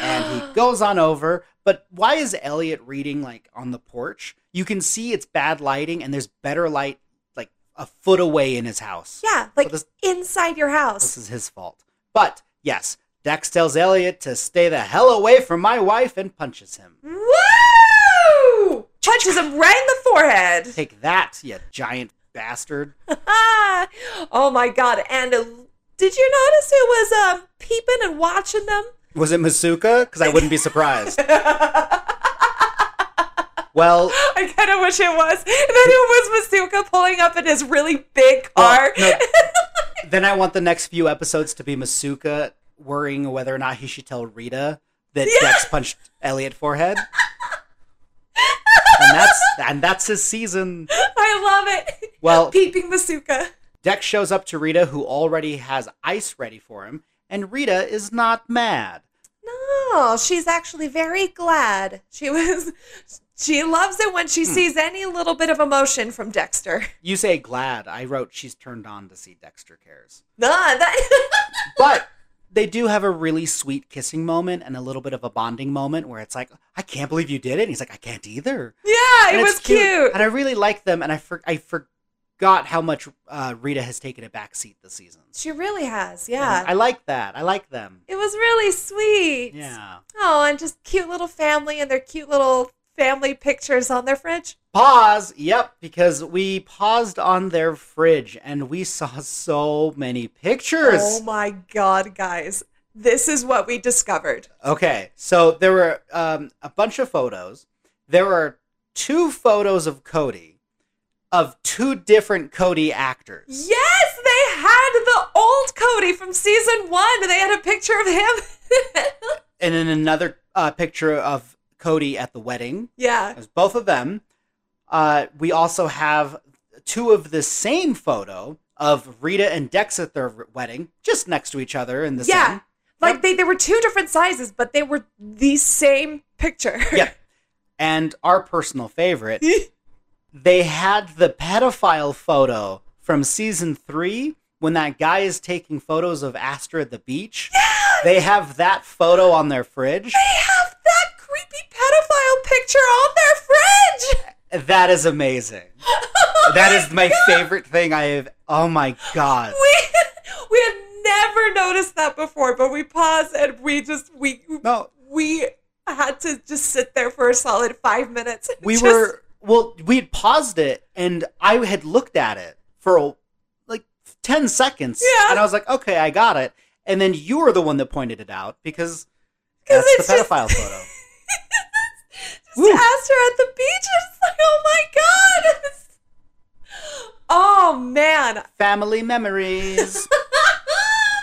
Speaker 2: And he goes on over, but why is Elliot reading like on the porch? You can see it's bad lighting and there's better light like a foot away in his house.
Speaker 1: Yeah, like
Speaker 2: this-
Speaker 1: inside your
Speaker 2: This
Speaker 1: house.
Speaker 2: is his fault. But yes, Dex tells Elliot to stay the hell away from my wife and punches him.
Speaker 1: Woo! Punches him right in the forehead.
Speaker 2: Take that, you giant bastard.
Speaker 1: Ah, *laughs* oh my god! And uh, did you notice it was um, peeping and watching them?
Speaker 2: Was it Masuka? Because I wouldn't be surprised. well,
Speaker 1: I kind of wish it was. And then it was Masuka pulling up in his really big car.
Speaker 2: Well, no. then I want the next few episodes to be Masuka worrying whether or not he should tell Rita that Dex punched Elliot forehead. and that's and that's his season.
Speaker 1: *laughs* I love it.
Speaker 2: Well-
Speaker 1: *laughs* peeping Masuka.
Speaker 2: Dex shows up to Rita who already has ice ready for him, and Rita is not mad.
Speaker 1: No, she's actually very glad. She was. She loves it when
Speaker 2: Hmm.
Speaker 1: she sees any little bit of emotion from Dexter. *laughs*
Speaker 2: You say glad. I wrote she's turned on to see Dexter cares.
Speaker 1: Ah, that, *laughs*
Speaker 2: But they do have a really sweet kissing moment and a little bit of a bonding moment where it's like, I can't believe you did it. And he's like, I can't either.
Speaker 1: yeah,
Speaker 2: And
Speaker 1: it
Speaker 2: it's
Speaker 1: was cute.
Speaker 2: And I really like them. And I, for- I forgot how much uh, Rita has taken a backseat this season.
Speaker 1: She really has.
Speaker 2: And
Speaker 1: Yeah,
Speaker 2: I like that. I like them.
Speaker 1: it was really sweet.
Speaker 2: Yeah.
Speaker 1: Oh, and just cute little family and their cute little family pictures on their fridge.
Speaker 2: Pause. Yep, because we paused on their fridge and we saw so many pictures.
Speaker 1: Oh my god, guys. This is what we discovered.
Speaker 2: Okay, so there were um, a bunch of photos. There are two photos of Cody, of two different Cody actors.
Speaker 1: Yes, they had the old Cody from season one. They had a picture of him. *laughs*
Speaker 2: And then another uh, picture of Cody at the wedding.
Speaker 1: yeah.
Speaker 2: There's both of them. Uh, we also have two of the same photo of Rita and Dex at their wedding, just next to each other in the
Speaker 1: Yeah.
Speaker 2: same.
Speaker 1: Like they, they were two different sizes, but they were the same picture. *laughs*
Speaker 2: Yep. And our personal favorite, they had the pedophile photo from season three when that guy is taking photos of Astra at the beach. They have that photo on their fridge.
Speaker 1: They have that creepy pedophile picture on their fridge.
Speaker 2: That is amazing.
Speaker 1: *laughs* Oh
Speaker 2: That is my favorite thing I have. Oh my god.
Speaker 1: We we *laughs* had never noticed that before, but we paused and we just we
Speaker 2: No,
Speaker 1: we had to just sit there for a solid five minutes. and
Speaker 2: we
Speaker 1: just-
Speaker 2: were well we had paused it and i had looked at it for like 10 seconds
Speaker 1: Yeah.
Speaker 2: and i was like okay i got it and then you were the one that pointed it out because
Speaker 1: 'Cause
Speaker 2: that's
Speaker 1: it's
Speaker 2: the
Speaker 1: just- *laughs*
Speaker 2: pedophile photo
Speaker 1: just asked her at the beach. It's like, oh my god. *laughs* Oh man.
Speaker 2: family memories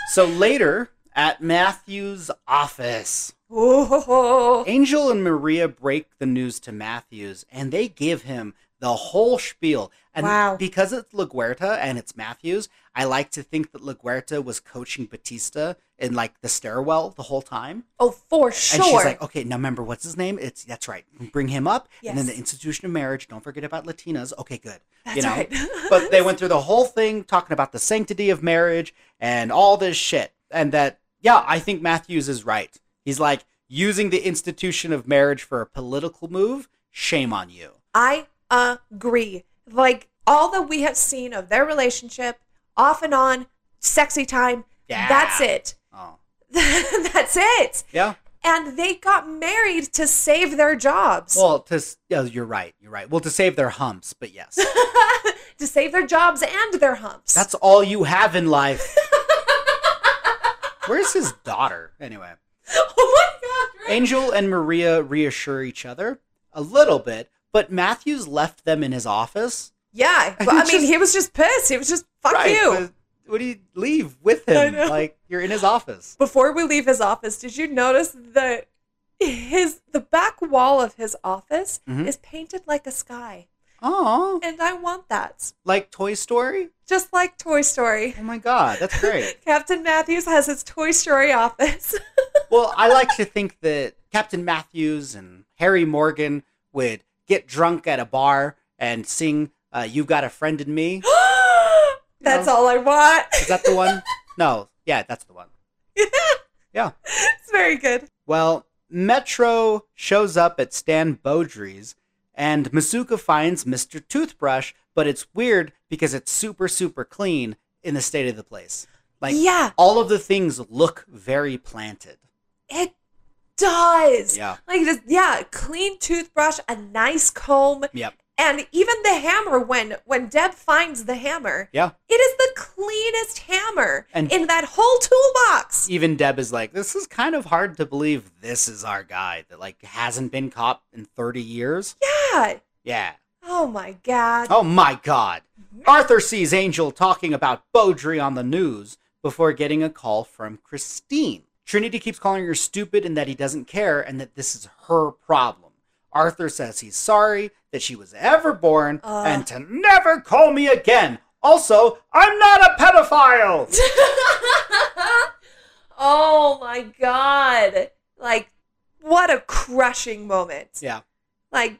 Speaker 2: so later at matthew's office
Speaker 1: Oh.
Speaker 2: Angel and Maria break the news to Matthews, and they give him the whole spiel. And
Speaker 1: Wow.
Speaker 2: because it's LaGuerta and it's Matthews, I like to think that LaGuerta was coaching Batista in like the stairwell the whole time.
Speaker 1: Oh, for
Speaker 2: And
Speaker 1: sure.
Speaker 2: she's like, oh. okay, now remember what's his name? It's that's right. Bring him up. And then
Speaker 1: Yes.
Speaker 2: the institution of marriage. Don't forget about Latinas. Okay, good.
Speaker 1: That's
Speaker 2: you know.
Speaker 1: right. *laughs*
Speaker 2: but they went through the whole thing talking about the sanctity of marriage and all this shit. And that, yeah, I think Matthews is right. He's like, using the institution of marriage for a political move, shame on you.
Speaker 1: I agree. Like all that we have seen of their relationship, off and on, sexy time.
Speaker 2: Yeah.
Speaker 1: That's it. *laughs*
Speaker 2: Oh.
Speaker 1: that's it.
Speaker 2: Yeah.
Speaker 1: And they got married to save their jobs.
Speaker 2: Well, to, s- yeah, you're right. You're right. Well, to save their humps,
Speaker 1: *laughs*
Speaker 2: but yes.
Speaker 1: to save their jobs and their humps.
Speaker 2: That's all you have in life. Where's his daughter? Anyway.
Speaker 1: *laughs* oh my god. right?
Speaker 2: Angel and Maria reassure each other a little bit, but Matthews left them in his office.
Speaker 1: Yeah.
Speaker 2: And
Speaker 1: But, I
Speaker 2: it's
Speaker 1: mean,
Speaker 2: just-
Speaker 1: he was just pissed. He was just fuck you.
Speaker 2: but What do you leave with
Speaker 1: I
Speaker 2: him?
Speaker 1: know.
Speaker 2: Like you're in his office.
Speaker 1: Before we leave his office, did you notice that his the back wall of his office
Speaker 2: Mhm.
Speaker 1: is painted like a sky?
Speaker 2: Oh,
Speaker 1: And I want that.
Speaker 2: like Toy Story?
Speaker 1: Just like Toy Story.
Speaker 2: Oh my God, that's great.
Speaker 1: *laughs* Captain Matthews has his Toy Story office. *gasps*
Speaker 2: well, I like to think that Captain Matthews and Harry Morgan would get drunk at a bar and sing uh, "You've Got a Friend in Me."
Speaker 1: That's all I want. *laughs*
Speaker 2: Is that the one? No, yeah, that's the one. Yeah.
Speaker 1: It's very good.
Speaker 2: Well, Metro shows up at Stan Beaudry's, and Masuka finds Mr. Toothbrush, but it's weird because it's super, super clean in the state of the place. Like,
Speaker 1: yeah,
Speaker 2: all of the things look very planted.
Speaker 1: it does.
Speaker 2: Yeah.
Speaker 1: Like just yeah, clean toothbrush, a nice comb,
Speaker 2: Yep.
Speaker 1: and even the hammer when when Deb finds the hammer,
Speaker 2: Yeah.
Speaker 1: it is the cleanest hammer
Speaker 2: And-
Speaker 1: in that whole toolbox.
Speaker 2: Even Deb is like, this is kind of hard to believe this is our guy that, like, hasn't been caught in 30 years.
Speaker 1: Yeah.
Speaker 2: Yeah.
Speaker 1: Oh my *laughs* god.
Speaker 2: Oh my god. Arthur sees Angel talking about Beaudry on the news before getting a call from Christine. Trinity keeps calling her stupid and that he doesn't care and that this is her problem. Arthur says he's sorry that she was ever born
Speaker 1: Ugh.
Speaker 2: and to never call me again. Also, I'm not a pedophile.
Speaker 1: oh my god. Like, what a crushing moment.
Speaker 2: Yeah.
Speaker 1: Like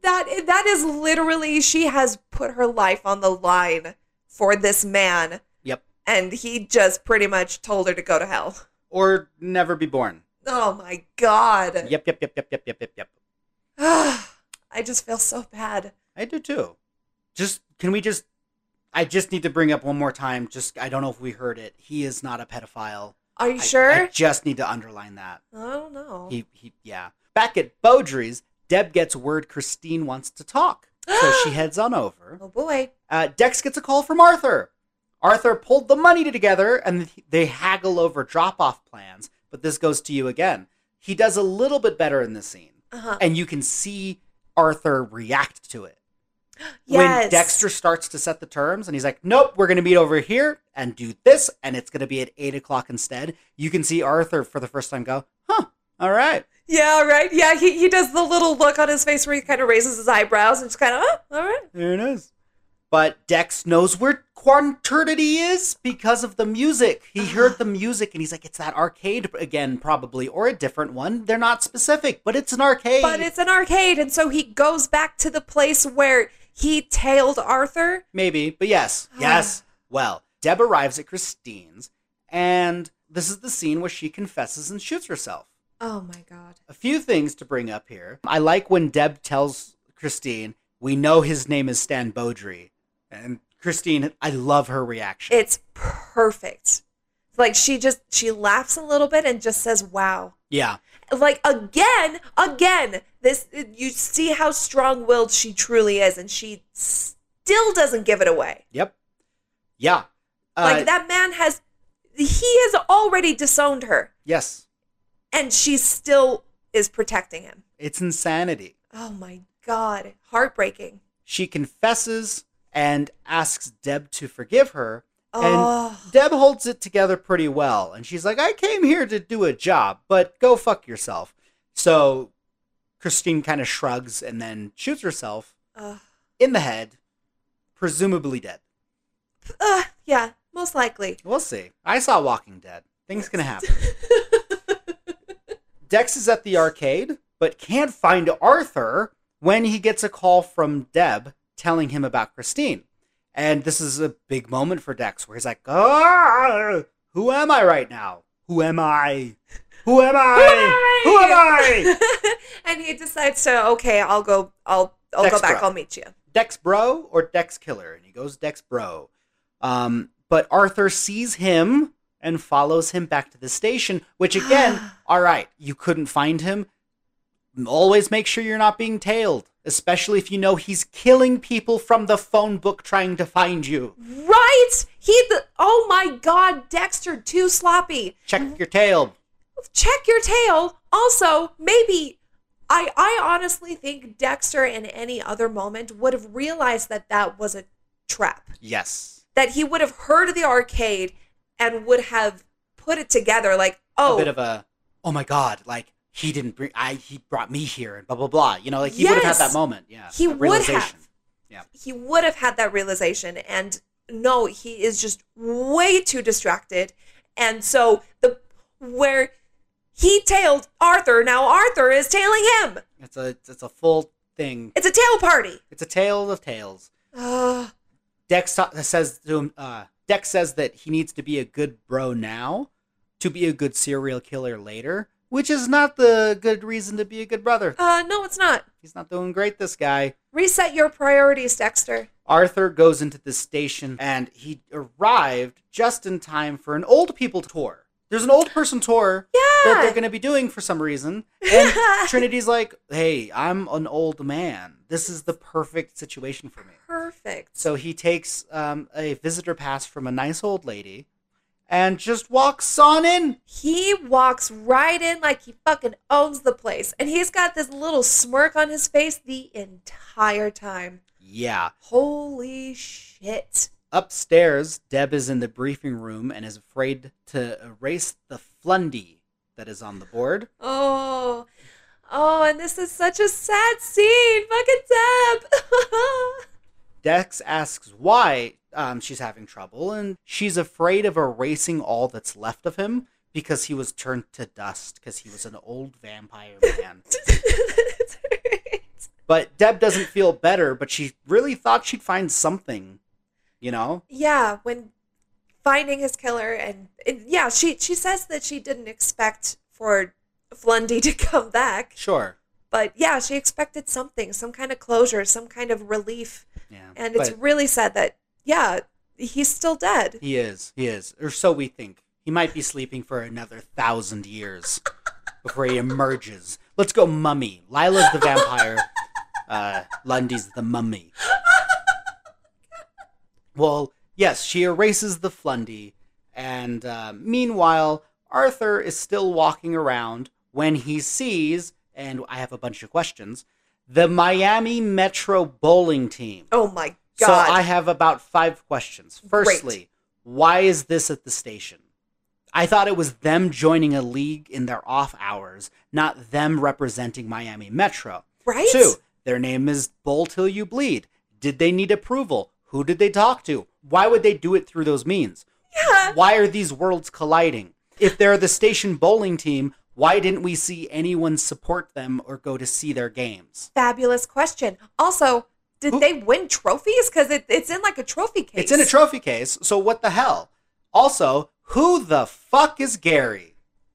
Speaker 1: that that is literally she has put her life on the line for this man.
Speaker 2: Yep.
Speaker 1: And he just pretty much told her to go to hell.
Speaker 2: Or never be born.
Speaker 1: Oh my god.
Speaker 2: Yep, yep, yep, yep, yep, yep, yep, yep.
Speaker 1: *sighs* I just feel so bad.
Speaker 2: I do too. Just can we just I just need to bring up one more time, just I don't know if we heard it. He is not a pedophile.
Speaker 1: Are you
Speaker 2: I-
Speaker 1: sure?
Speaker 2: I just need to underline that.
Speaker 1: I don't know.
Speaker 2: He he yeah. Back at Beaudry's, Deb gets word Christine wants
Speaker 1: *gasps*
Speaker 2: to talk. So she heads on over.
Speaker 1: oh boy.
Speaker 2: Uh, Dex gets a call from Arthur. Arthur pulled the money together and they haggle over drop off plans, but this goes to you again. He does a little bit better in this scene,
Speaker 1: Uh-huh.
Speaker 2: and you can see Arthur react to it.
Speaker 1: Yes.
Speaker 2: When Dexter starts to set the terms and he's like, nope, we're going to meet over here and do this, and it's going to be at eight o'clock instead, you can see Arthur for the first time go, huh, all right.
Speaker 1: Yeah, right. Yeah, he, he does the little look on his face where he kind of raises his eyebrows and just kind of, oh, all right.
Speaker 2: There it is. But Dex knows where Quanternity is because of the music.
Speaker 1: *sighs*
Speaker 2: He heard the music and he's like, it's that arcade again, probably, or a different one. They're not specific, but it's an arcade.
Speaker 1: But it's an arcade, and so he goes back to the place where he tailed Arthur.
Speaker 2: Maybe,
Speaker 1: *sighs*
Speaker 2: but yes. Yes. well, Deb arrives at Christine's, and this is the scene where she confesses and shoots herself.
Speaker 1: Oh my god.
Speaker 2: A few things to bring up here. I like when Deb tells Christine, we know his name is Stan Beaudry. And Christine, I love her reaction.
Speaker 1: It's perfect. Like she just she laughs a little bit and just says, "Wow."
Speaker 2: yeah.
Speaker 1: Like again, again, this you see how strong-willed she truly is and she still doesn't give it away.
Speaker 2: Yep. Yeah. Uh,
Speaker 1: like that man has he has already disowned her
Speaker 2: Yes.
Speaker 1: and she still is protecting him.
Speaker 2: It's insanity.
Speaker 1: Oh my god, heartbreaking.
Speaker 2: She confesses and asks Deb to forgive her.
Speaker 1: Oh.
Speaker 2: And Deb holds it together pretty well. And she's like, I came here to do a job, but go fuck yourself. So Christine kind of shrugs and then shoots herself
Speaker 1: Ugh.
Speaker 2: in the head, presumably dead.
Speaker 1: Uh, yeah, most likely.
Speaker 2: We'll see. I saw Walking Dead. Things can *laughs* happen. Dex is at the arcade, but can't find Arthur when he gets a call from Deb telling him about Christine. And this is a big moment for Dex where he's like, ah, Who am I right now? Who am I? Who am I? Who am I?
Speaker 1: *laughs* and he decides to okay, I'll go. I'll I'll
Speaker 2: Next
Speaker 1: go back.
Speaker 2: row.
Speaker 1: I'll meet you.
Speaker 2: Dex Bro or Dex Killer? And he goes, Dex Bro. Um, but Arthur sees him and follows him back to the station,
Speaker 1: *gasps*
Speaker 2: which again, all right, you couldn't find him. Always make sure you're not being tailed, especially if you know he's killing people from the phone book trying to find you.
Speaker 1: Right? He. The, oh my God, Dexter, too sloppy.
Speaker 2: Check your tail.
Speaker 1: Check your tail. Also, maybe. I, I honestly think Dexter in any other moment would have realized that that was a trap.
Speaker 2: Yes.
Speaker 1: That he would have heard of the arcade and would have put it together like,
Speaker 2: A
Speaker 1: oh,
Speaker 2: bit of a, oh my God, like he didn't bring, I, he brought me here and blah, blah, blah. You know, like he would have
Speaker 1: Yes.
Speaker 2: had that moment. Yeah.
Speaker 1: He
Speaker 2: that
Speaker 1: would have.
Speaker 2: realization. Yeah.
Speaker 1: he would have had that realization and no he is just way too distracted and so the where he tailed arthur now arthur is tailing him
Speaker 2: It's a, it's a full thing
Speaker 1: it's a tail party
Speaker 2: It's a tale of tales.
Speaker 1: Ugh.
Speaker 2: Dex ta- says to him, uh, Dex says that he needs to be a good bro now to be a good serial killer later, which is not the good reason to be a good brother.
Speaker 1: uh no it's not
Speaker 2: He's not doing great, this guy.
Speaker 1: reset your priorities dexter
Speaker 2: Arthur goes into the station and he arrived just in time for an old people tour. There's an old person tour that they're
Speaker 1: yeah
Speaker 2: going to be doing for some reason. And Trinity's like, hey, I'm an old man. This is the perfect situation for me.
Speaker 1: perfect
Speaker 2: So he takes um, a visitor pass from a nice old lady and just walks on in.
Speaker 1: he walks right in like he fucking owns the place and he's got this little smirk on his face the entire time
Speaker 2: Yeah.
Speaker 1: holy shit
Speaker 2: Upstairs, Deb is in the briefing room and is afraid to erase the flundy that is on the board.
Speaker 1: Oh, oh, and this is such a sad scene. Fucking Deb.
Speaker 2: Dex asks why um, she's having trouble, and she's afraid of erasing all that's left of him because he was turned to dust because he was an old vampire man.
Speaker 1: It's alright.
Speaker 2: but Deb doesn't feel better, but she really thought she'd find something, you know?
Speaker 1: *laughs* yeah, when finding his killer and, and yeah, she she says that she didn't expect for Flundy to come back,
Speaker 2: Sure.
Speaker 1: but yeah, she expected something, some kind of closure, some kind of relief,
Speaker 2: Yeah.
Speaker 1: and it's
Speaker 2: But
Speaker 1: really sad that yeah, he's still dead.
Speaker 2: he is. He is. Or so we think. He might be sleeping for another thousand years before he emerges. Let's go mummy. Lila's the vampire. Uh, Lundy's the mummy. Well, yes, she erases the Flundy, and uh, meanwhile, Arthur is still walking around when he sees, and I have a bunch of questions, the Miami Metro bowling team.
Speaker 1: Oh my god.
Speaker 2: So I have about five questions. Firstly, why is this at the station? I thought it was them joining a league in their off hours, not them representing Miami Metro.
Speaker 1: right?
Speaker 2: Two, their name is Bowl Till You Bleed. Did they need approval? Who did they talk to? Why would they do it through those means?
Speaker 1: Yeah.
Speaker 2: Why are these worlds colliding? If they're the station bowling team, why didn't we see anyone support them or go to see their games?
Speaker 1: Fabulous question. Also, did
Speaker 2: Who-
Speaker 1: they win trophies? Because it, it's in like a trophy case.
Speaker 2: It's in a trophy case, so what the hell? Also, who the fuck is Gary?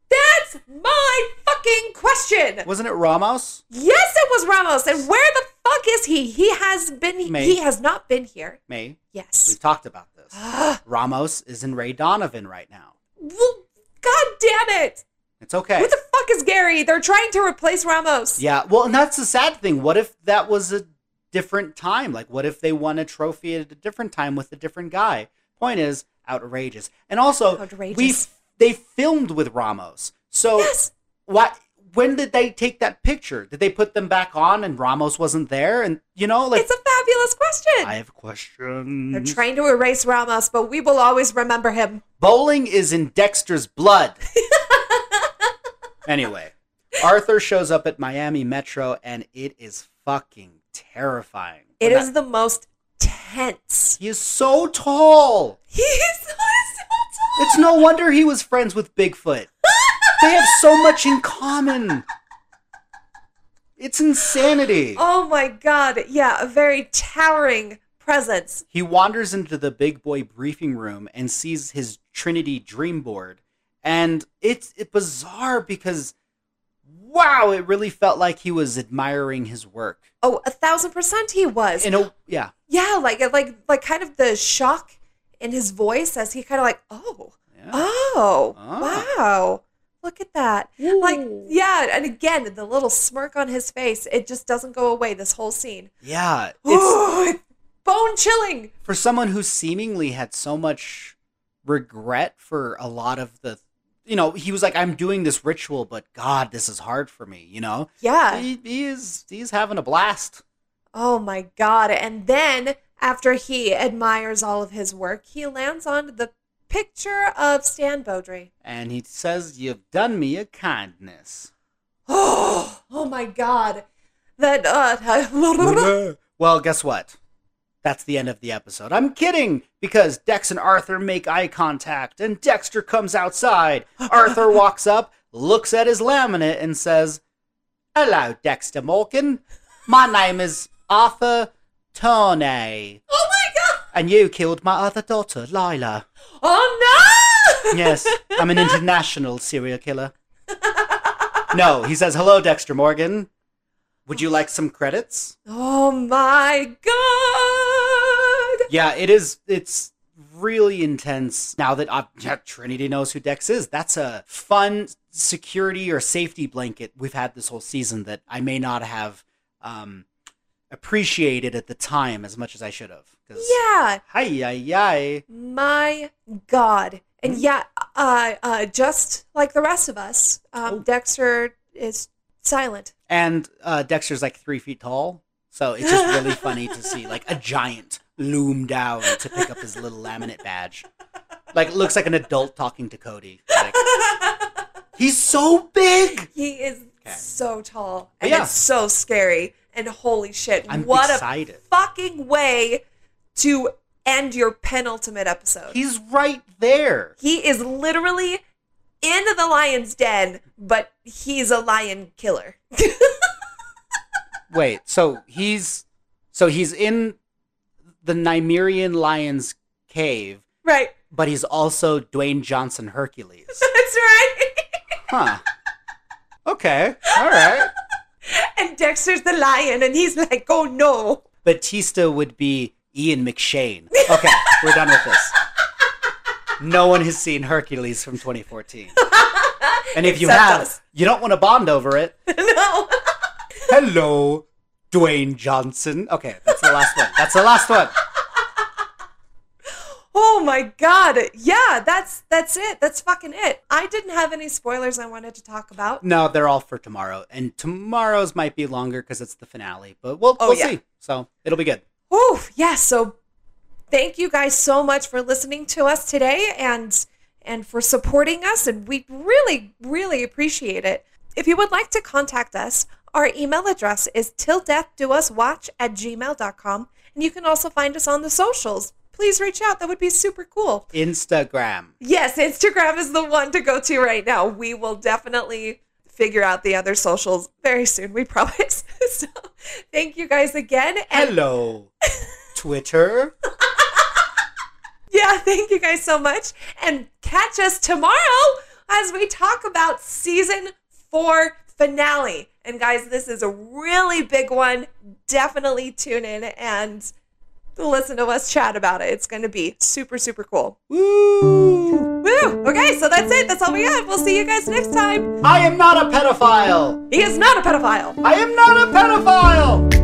Speaker 1: That's my fucking question.
Speaker 2: Wasn't it Ramos?
Speaker 1: Yes, it was Ramos. And where the fuck is he? He has been.
Speaker 2: May.
Speaker 1: He has not been here.
Speaker 2: May,
Speaker 1: Yes.
Speaker 2: we've talked about this.
Speaker 1: *gasps* Ugh.
Speaker 2: Ramos is in Ray Donovan right now.
Speaker 1: Well, God damn it!
Speaker 2: It's okay.
Speaker 1: Who the fuck is Gary? They're trying to replace Ramos.
Speaker 2: Yeah, well, and that's the sad thing. What if that was a different time? Like, what if they won a trophy at a different time with a different guy? Point is, outrageous. And also, we
Speaker 1: Outrageous.
Speaker 2: they filmed with Ramos. So,
Speaker 1: Yes.
Speaker 2: what? When did they take that picture? Did they put them back on and Ramos wasn't there? And you know, like,
Speaker 1: It's a fabulous question.
Speaker 2: I have questions.
Speaker 1: They're
Speaker 3: Questions.
Speaker 1: trying to erase Ramos, but we will always remember him.
Speaker 2: Bowling is in Dexter's blood.
Speaker 1: *laughs*
Speaker 2: anyway, Arthur shows up at Miami Metro, and it is fucking terrifying.
Speaker 1: It
Speaker 2: When
Speaker 1: is the most tense. *laughs*
Speaker 2: He is so tall.
Speaker 1: He's so tall.
Speaker 2: It's no wonder he was friends with Bigfoot. They have so much in common. It's insanity.
Speaker 1: Oh my god. Yeah, a very towering presence.
Speaker 2: He wanders into the big boy briefing room and sees his Trinity dream board. And it's it bizarre because, wow, it really felt like he was admiring his work.
Speaker 1: Oh, a thousand percent he was.
Speaker 2: In a, yeah,
Speaker 1: yeah, like like like kind of the shock in his voice as he kind of like, oh,
Speaker 2: yeah.
Speaker 1: oh,
Speaker 2: Ah.
Speaker 1: wow, look at that. Like, yeah, and again, the little smirk on his face, it just doesn't go away this whole scene.
Speaker 2: Yeah, *gasps*
Speaker 1: *gasps*
Speaker 2: It's,
Speaker 1: Ooh, It's bone chilling.
Speaker 2: for someone who seemingly had so much regret for a lot of the you know he was like i'm doing this ritual but god this is hard for me you know
Speaker 1: Yeah.
Speaker 2: he, he is he's having a blast
Speaker 1: Oh my God. And then after he admires all of his work, he lands on the picture of Stan *gasps* Beaudry.
Speaker 2: and he says you've done me a kindness
Speaker 1: Oh, oh my God. That, *laughs* uh,
Speaker 2: well guess what that's the end of the episode i'm kidding because dex and arthur make eye contact and dexter comes outside arthur walks up looks at his laminate and says hello dexter morgan my name is arthur Tornay,
Speaker 1: oh my God.
Speaker 2: and you killed my other daughter lila
Speaker 1: Oh no!
Speaker 2: Yes, I'm an international serial killer. No, he says, Hello, Dexter Morgan. Would you like some credits?
Speaker 1: Oh my god!
Speaker 2: Yeah, it is. It's really intense now that uh, yeah, Trinity knows who Dex is. That's a fun security or safety blanket we've had this whole season that I may not have um, appreciated at the time as much as I should have. 'Cause-
Speaker 1: Yeah,
Speaker 2: Hi, yi, yi.
Speaker 1: my god. And yeah, uh, uh, just like the rest of us, um,
Speaker 2: Oh.
Speaker 1: Dexter is silent.
Speaker 2: And uh, Dexter's like three feet tall, so it's just really funny to see like a giant loom down to pick up his little laminate badge. Like looks like an adult talking to Cody. Like, he's so big.
Speaker 1: He is
Speaker 2: Okay.
Speaker 1: so tall and
Speaker 2: Yeah.
Speaker 1: it's so scary. And holy shit,
Speaker 2: I'm
Speaker 1: what
Speaker 2: excited.
Speaker 1: a fucking way to end your penultimate episode.
Speaker 2: He's right there.
Speaker 1: he is literally into the lion's den, but he's a lion killer. *laughs*
Speaker 2: Wait, so he's so he's in the Nymerian lion's cave,
Speaker 1: right. *laughs*
Speaker 2: but he's also Dwayne Johnson Hercules.
Speaker 1: That's right. *laughs*
Speaker 2: Huh. Okay. All right.
Speaker 1: And Dexter's the lion, and he's like, oh no. *laughs*
Speaker 2: Batista would be Ian McShane. Okay, we're done with this. No one has seen Hercules from 2014. And if you
Speaker 1: Except
Speaker 2: have,
Speaker 1: us.
Speaker 2: you don't want to bond over it.
Speaker 1: no. *laughs*
Speaker 2: Hello, Dwayne Johnson. Okay, that's the last one. That's the last one.
Speaker 1: Oh my god. Yeah, that's that's it. That's fucking it. I didn't have any spoilers I wanted to talk about.
Speaker 2: No, they're all for tomorrow. And tomorrow's might be longer because it's the finale, but we'll,
Speaker 1: Oh,
Speaker 2: we'll
Speaker 1: yeah.
Speaker 2: see. So it'll be good.
Speaker 1: Whew, yeah, so thank you guys so much for listening to us today and and for supporting us and we really really appreciate it. If you would like to contact us, our email address is till death do us watch at gmail.com and you can also find us on the socials. Please reach out. That would be super cool.
Speaker 2: Instagram.
Speaker 1: Yes, Instagram is the one to go to right now. We will definitely figure out the other socials very soon, we *laughs* promise. so thank you guys again. And
Speaker 2: Hello, Twitter.
Speaker 1: yeah, *laughs* thank you guys so much. And catch us tomorrow as we talk about season four finale. And guys, this is a really big one. Definitely tune in and listen to us chat about it. It's going to be super, super cool.
Speaker 2: Woo!
Speaker 1: Woo! Okay, so that's it. That's all we got. We'll see you guys next time.
Speaker 2: I am not a pedophile.
Speaker 1: He is not a pedophile.
Speaker 2: I am not a pedophile.